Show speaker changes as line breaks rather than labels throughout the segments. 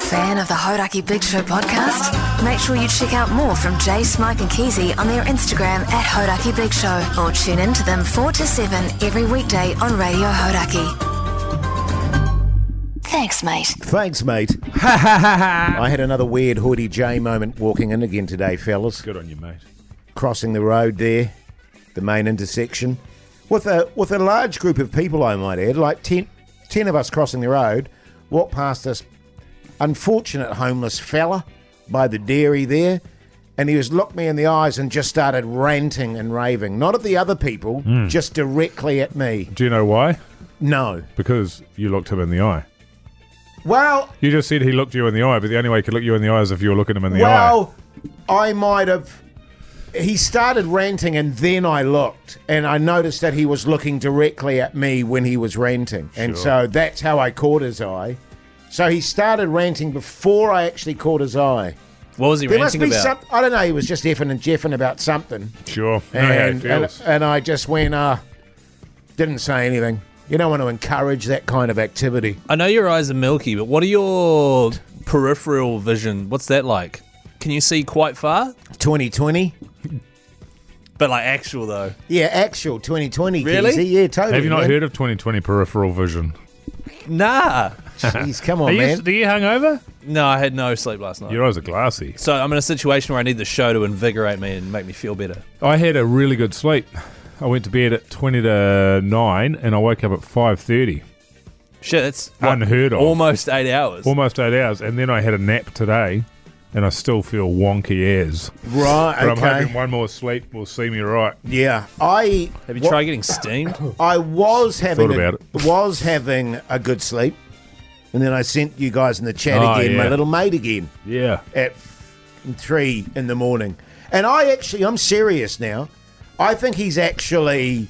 fan of the Hodaki Big Show podcast? Make sure you check out more from Jay, Smike, and Keezy on their Instagram at Hodaki Big Show or tune in to them 4 to 7 every weekday on Radio Hodaki. Thanks, mate.
Thanks, mate. I had another weird Hoodie J moment walking in again today, fellas.
Good on you, mate.
Crossing the road there, the main intersection, with a with a large group of people, I might add, like 10, 10 of us crossing the road, walked past this unfortunate homeless fella by the dairy there, and he was looked me in the eyes and just started ranting and raving, not at the other people, just directly at me.
Do you know why?
No.
Because you looked him in the eye.
Well,
You just said he looked you in the eye, but the only way he could look you in the eye is if you were looking him in the eye.
well, I might have. He started ranting, and then I looked, and I noticed that he was looking directly at me when he was ranting, and so that's how I caught his eye. So he started ranting before I actually caught his eye.
What was he
There must
ranting
be
about?
some. I don't know. He was just effing and jeffing about something,
Sure. Know how he
and and,
feels.
and I just went, uh, didn't say anything. You don't want to encourage that kind of activity.
I know your eyes are milky, but what are your peripheral vision? What's that like? Can you see quite far?
2020.
But like actual though.
Yeah, actual 2020.
Really?
Keezy. Yeah, totally.
Have you not
man.
heard of 2020 peripheral vision?
Nah.
Jeez, come on,
are,
man.
you, are you hungover?
No, I had no sleep last night.
Your eyes are glassy.
So I'm in a situation where I need the show to invigorate me and make me feel better.
I had a really good sleep. I went to bed at 20 to 9 and I woke up at 5.30.
Shit, that's
Unheard of.
Almost eight hours.
Almost eight hours. And then I had a nap today and I still feel wonky as.
Right.
But
okay.
I'm hoping one more sleep will see me right.
Yeah, I
Have you
wa-
tried getting steamed?
I was having
Thought
a,
about it.
was having a good sleep, and then I sent you guys in the chat
Oh,
again, my
yeah.
little mate again
Yeah.
at f- three in the morning, and I actually I'm serious now. I think he's actually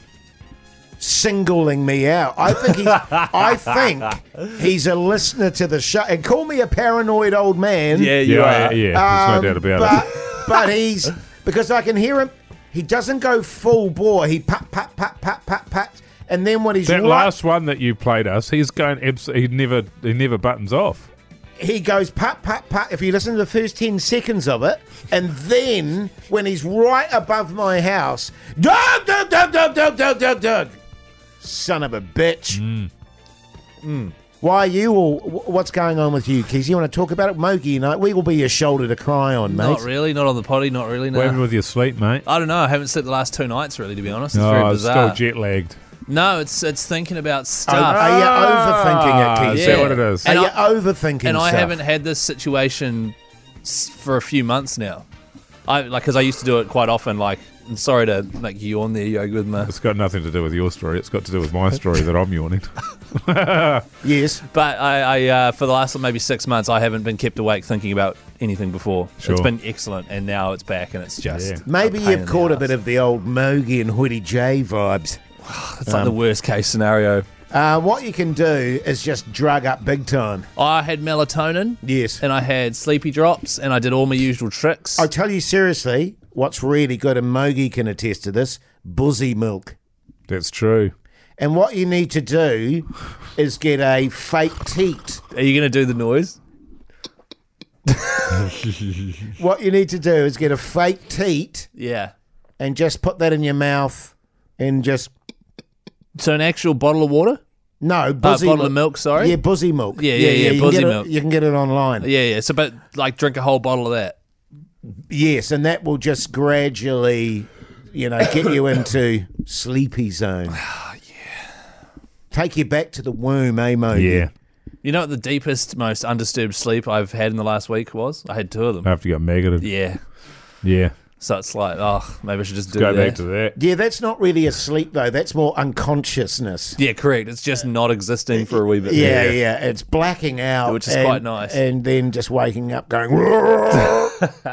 singling me out. I think he's, I think he's a listener to the show, and call me a paranoid old man.
yeah, you
Yeah, yeah,
are.
yeah.
Um,
There's no doubt about
but,
it.
but he's because I can hear him. He doesn't go full bore. He pat pat pat pat pat pat, and then when he's
That
right-
last one that you played us, he's going. Abs- he never. He never buttons off.
he goes pat pat pat. If you listen to the first ten seconds of it, and then when he's right above my house, dog dog dog dog dog dog dog dog, son of a bitch. Mm. Why are you all? wh- What's going on with you, Keys? You want to talk about it, Mogi? And I, we will be your shoulder to cry on, mate.
Not really, not on the potty, not really.
What
No.
happened with your sleep, mate?
I don't know. I haven't slept the last two nights, really, to be honest. Oh, It's
oh,
very
I'm still
bizarre.
jet lagged.
no, it's it's thinking about
Are,
stuff.
are you
Ah,
overthinking it, Keys?
Is
Yeah.
that what it is?
And
Are
I-
you overthinking
and I
stuff?
haven't had this situation s- for a few months now. I like because I used to do it quite often. Like, I'm sorry to make you on there, yoga with me,
It's got nothing to do with your story. It's got to do with my story that I'm yawning.
Yes.
but I, I uh, for the last maybe six months, I haven't been kept awake thinking about anything before.
Sure.
It's been excellent, and now it's back, and it's just
Yeah.
Maybe
pain in
you've
the
caught a
ass.
bit of the old Mogi and Hoodie J vibes.
it's
Um,
like the worst case scenario.
Uh, what you can do is just drug up big time.
I had melatonin,
Yes.
and I had sleepy drops, and I did all my usual tricks.
I tell you seriously, what's really good, and Mogi can attest to this, buzzy milk.
That's true.
And what you need to do is get a fake teat.
Are you going to do the noise?
What you need to do is get a fake teat
Yeah.
and just put that in your mouth and just
So an actual bottle of water? Uh,
no buzzy
bottle of milk, sorry?
Yeah, buzzy milk.
Yeah, yeah, yeah,
you can
buzzy
get it-
milk.
you can get it online.
Yeah, yeah. So, but like, drink a whole bottle of that.
Yes, and that will just gradually, you know, get you into sleepy zone. Take you back to the womb, eh, Mo?
Yeah.
You know what the deepest, most undisturbed sleep I've had in the last week was? I had two of them.
I have to get negative. Yeah.
Yeah. So it's like, oh, maybe I should just do
Go
that.
back to that.
Yeah, that's not really a sleep though. That's more unconsciousness.
yeah, correct. It's just not existing for a wee bit.
Yeah, yeah, it's blacking out,
Which is
and-
quite nice.
and then just waking up going.
So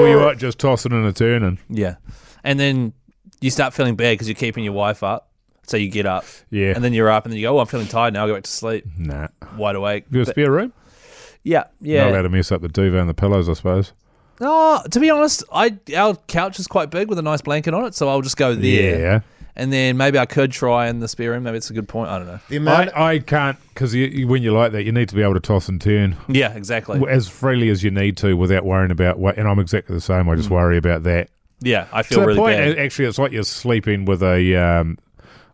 were you right, just tossing and a turning?
Yeah. And then you start feeling bad because you're keeping your wife up. So you get up.
Yeah.
And then you're up and then you go, oh, I'm feeling tired now. I'll go back to sleep.
Nah.
Wide awake.
You got a spare room?
Yeah. Yeah. Oh,
Not allowed to mess up the duvet and the pillows, I suppose.
No, to be honest, I our couch is quite big with a nice blanket on it, so I'll just go there.
Yeah.
and then maybe I could try in the spare room. Maybe it's a good point. I don't know.
The amount,
I, I can't because you, you, when you're like that, you need to be able to toss and turn
Yeah, exactly.
w- as freely as you need to without worrying about. wa- And I'm exactly the same. I just worry about that.
Yeah, I
To
Hmm. feel really
the point,
bad.
a- actually, it's like you're sleeping with a um,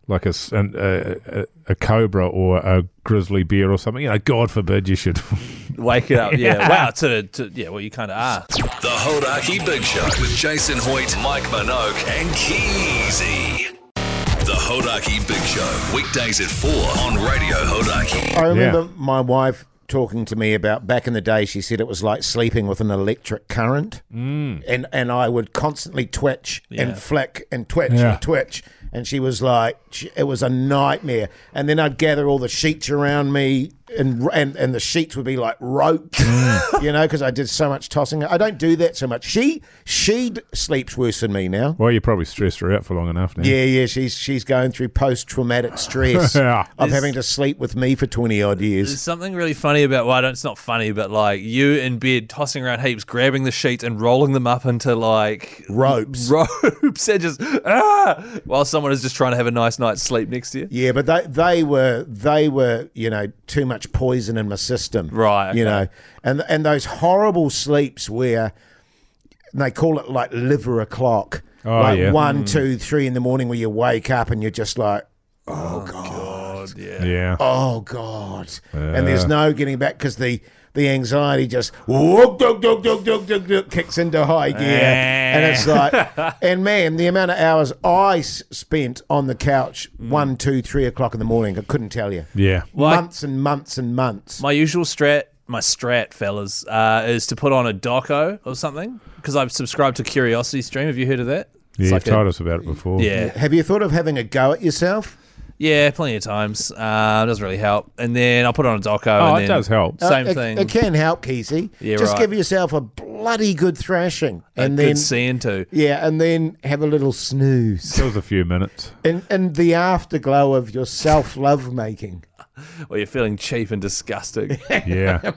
like a, s- an, a, a a cobra or a grizzly bear or something. You know, God forbid you should.
Wake it up. Yeah. Wow. To, to yeah. Well, you ah. kind of are.
The Hodaki Big Show with Jason Hoyt, Mike Minogue, and Keezy. The Hodaki Big Show, weekdays at 4 on Radio Hodaki.
I remember my wife talking to me about back in the day. She said it was like sleeping with an electric current, mm. and and I would constantly twitch
Yeah.
and flick and twitch
Yeah.
and twitch. And she was like, she- it was a nightmare. And then I'd gather all the sheets around me, and and, and the sheets would be like rope, you know, because I did so much tossing. I don't do that so much. She she d- sleeps worse than me now.
well, you probably stressed her out for long enough now.
Yeah, yeah, she's she's going through post traumatic stress
Yeah.
of having to sleep with me for twenty odd years.
There's something really funny about. Well, I don't, it's not funny, but like you in bed tossing around heaps, grabbing the sheets and rolling them up into like
Ropes.
ropes, and just ah, while someone is just trying to have a nice night's sleep next to you.
Yeah, but they they were they were you know too much poison in my system,
Right, okay.
You know, and and those horrible sleeps where and they call it like liver o'clock,
Oh,
like
yeah.
one, two, three in the morning, where you wake up and you're just like,
God, yeah.
yeah.
oh god, and there's no getting back because the the anxiety just whoop, dog, dog, dog, dog, dog, dog, kicks into high gear, and it's like, and man, the amount of hours I s- spent on the couch, one, two, three o'clock in the morning, I couldn't tell you.
Yeah.
Mm. Like-
months and months and months.
My usual strat, my strat, fellas, uh, is to put on a doco or something because I've subscribed to Curiosity Stream. Have you heard of that?
Yeah,
It's
you've
like a-
told us about it before.
yeah,
Have you thought of having a go at yourself?
yeah, plenty of times. Uh, it doesn't really help. And then I'll put on a doco.
Oh,
and
it
then-
does help.
Uh,
Same
it,
thing.
It can help, Keezy.
Yeah,
Just
right.
give yourself a bloody good thrashing,
And
and
good
then
seeing too.
yeah, and then have a little snooze
It was a few minutes.
in in the afterglow of your self love making.
Or you're feeling cheap and disgusting.
Yeah.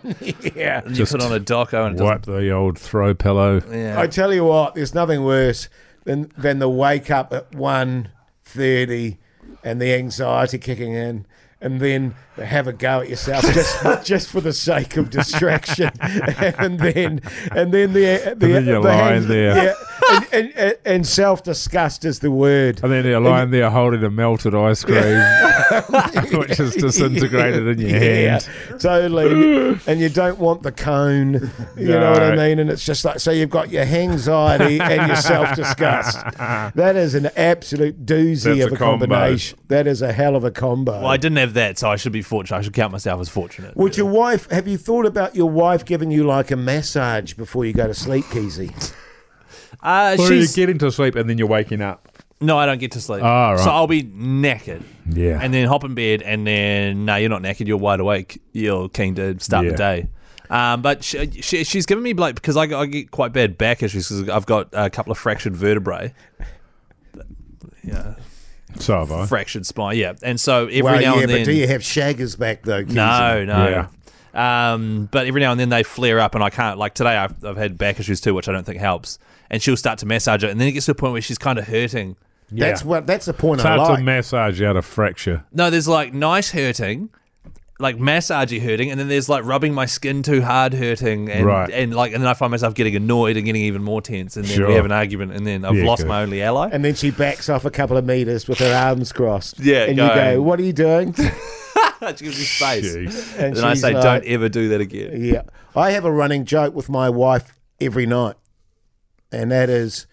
Yeah,
And you
Just
put on a doco and it doesn't.
Wipe the old throw pillow.
Yeah.
I tell you what, there's nothing worse than than the wake up at one thirty and the anxiety kicking in. And then have a go at yourself just just for the sake of distraction, and then and then the the,
then you're
the
lying there.
yeah, and, and, and, and self disgust is the word.
And then you're lying there holding a melted ice cream, which is disintegrated in your
Yeah,
hand.
totally. and you don't want the cone, you know what I
No.
mean? And it's just like, so you've got your anxiety and your self disgust. That is an absolute doozy
That's
of
a
a,
combo.
combination. That is a hell of a combo.
well, I didn't have that, so I should be fortunate. I should count myself as fortunate.
Would your wife, have you thought about your wife giving you like a massage before you go to sleep, Keezy?
Uh,
Or you
she's,
get into sleep and then you're waking up.
no, I don't get to sleep.
Ah, right.
So I'll be knackered.
Yeah.
And then hop in bed, and then, no, you're not knackered. You're wide awake. You're keen to start
Yeah.
the day. Um, but she, she, she's given me, like, because I, I get quite bad back issues because I've got a couple of fractured vertebrae,
So have I.
fractured spine. Yeah. And so every
well,
now
yeah,
and then.
but do you have shaggers back though, Keezy?
No, no. Um, but every now and then they flare up, and I can't. Like today, I've, I've had back issues too, which I don't think helps. And she'll start to massage it, and then it gets to a point where she's kind of hurting.
That's what. That's the point
It's
I
hard
like.
to massage out a fracture.
No, there's like nice hurting, like massagey hurting, and then there's like rubbing my skin too hard hurting, and
Right.
and like, and then I find myself getting annoyed and getting even more tense, and then
Sure.
we have an argument, and then I've
Yeah,
lost
good.
my only ally.
and then she backs off a couple of meters with her arms crossed.
Yeah,
and you
going-
go, "What are you doing?"
she gives me space,
Jeez.
and, I
she's
say,
like-
"Don't ever do that again."
Yeah. I have a running joke with my wife every night, and that is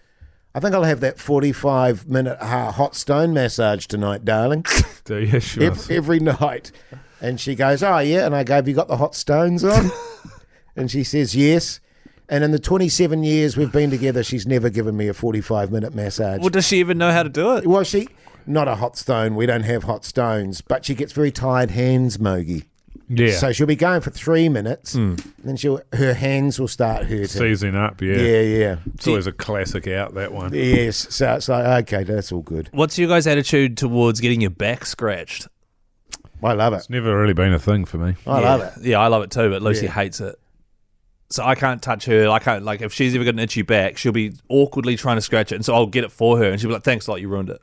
I think I'll have that 45 minute uh, hot stone massage tonight, darling,
Do you? Sure.
ev- every night. And she goes, Oh, yeah. And I go, Have you got the hot stones on? and she says, Yes. And in the 27 years we've been together, she's never given me a 45 minute massage.
Well, does she even know how to do it?
well, she. Not a hot stone. We don't have hot stones, but she gets very tired hands, Mogi.
yeah.
So she'll be going for three minutes,
Hmm.
and then she'll her hands will start hurting.
Seizing up. Yeah.
yeah, yeah,
It's always a classic out, that one.
yes. So it's like okay, that's all good.
What's your guys' attitude towards getting your back scratched?
I love it.
Never really been a thing for me.
I
yeah.
love it.
Yeah, I love it too, but Lucy hates it. So I can't touch her. I can't like if she's ever got an itchy back, she'll be awkwardly trying to scratch it, and so I'll get it for her, and she'll be like, "Thanks, a lot, you ruined it."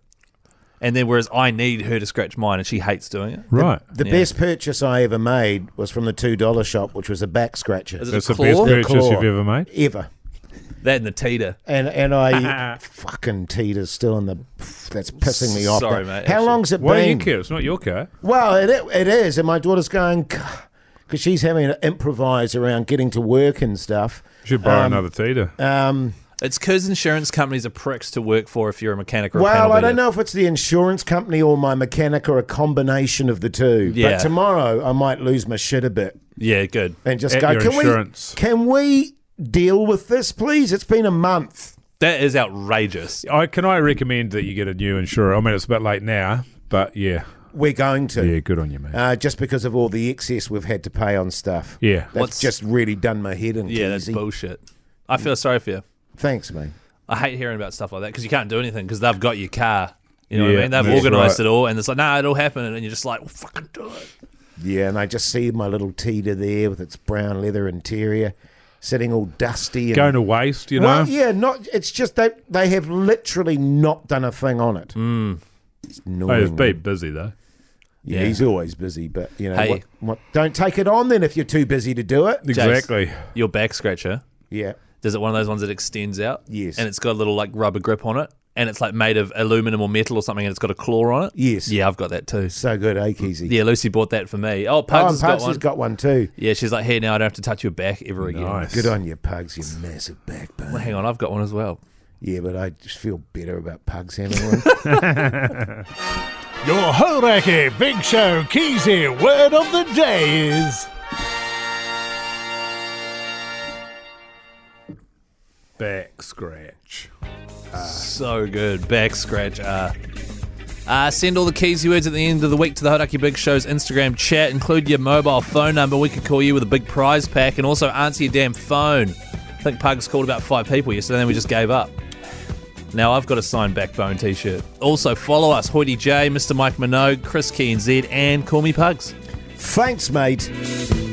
And then whereas I need her to scratch mine, and she hates doing it.
Right.
The
Yeah.
best purchase I ever made was from the two dollar shop, which was a back scratcher.
Is it
That's the
claw?
best
The
purchase
claw.
you've ever made.
Ever.
That and the teeter.
And and I fucking teeter's still in the. That's pissing me off.
Sorry,
That-
mate,
How
actually.
long's it
Why do you
been?
care? It's not your car.
Well, it, it is, and my daughter's going because she's having to improvise around getting to work and stuff.
You should borrow
Um,
another Tita.
Um,
It's because insurance companies are pricks to work for if you're a mechanic or a panel
well, I
beater.
don't know if it's the insurance company or my mechanic or a combination of the two.
Yeah.
But tomorrow I might lose my shit a bit
Yeah, good.
and just
At
go.
your
can
insurance."
we? Can we deal with this, please? It's been a month.
That is outrageous.
I can I recommend that you get a new insurer. I mean, it's a bit late now, but yeah,
We're going to.
yeah, good on you, mate.
Uh, just because of all the excess we've had to pay on stuff.
Yeah.
That's
What's-
just really done my head in.
Yeah, that's
Keezy.
bullshit. I feel sorry for you.
Thanks, mate.
I hate hearing about stuff like that because you can't do anything because they've got your car. You know what
Yeah,
I mean? They've
that's
organised
right.
it all, and it's like, nah, it'll happen, and you're just like, well, fucking do it.
Yeah, and I just see my little teeter there with its brown leather interior, sitting all dusty. And,
Going to waste, you know.
well, yeah, not. It's just that they have literally not done a thing on it.
Hmm.
It's
Hey, it's
annoying.
been busy though.
yeah,
Yeah.
he's always busy, but you know,
Hey.
what, what, don't take it on then if you're too busy to do it.
Exactly.
Your back scratcher.
Yeah,
There's it one of those ones that extends out?
Yes.
And it's got a little like rubber grip on it, and it's like made of aluminum or metal or something, and it's got a claw on it.
Yes.
Yeah, I've got that too.
so good, eh, Keezy?
Yeah, Lucy bought that for me. Oh,
oh,
Pugs
and
has got
Pugs
one.
has got one too.
yeah, she's like, here now, I don't have to touch your back ever again.
Nice.
Good on you, Pugs, you massive backbone.
Well, hang on, I've got one as well.
Yeah, but I just feel better about Pugs having one.
Your Horaki Big Show Keezy word of the day is.
Back scratch.
So good. Back scratch. Uh, uh, send all the keysy words at the end of the week to the Hodaki Big Show's Instagram chat. Include your mobile phone number. We could call you with a big prize pack and also answer your damn phone. I think Pugs called about five people yesterday, then we just gave up. Now I've got a signed backbone t shirt. Also, follow us Hoity J, Mr. Mike Minogue, Chris Key and Z, and Call Me Pugs.
Thanks, mate.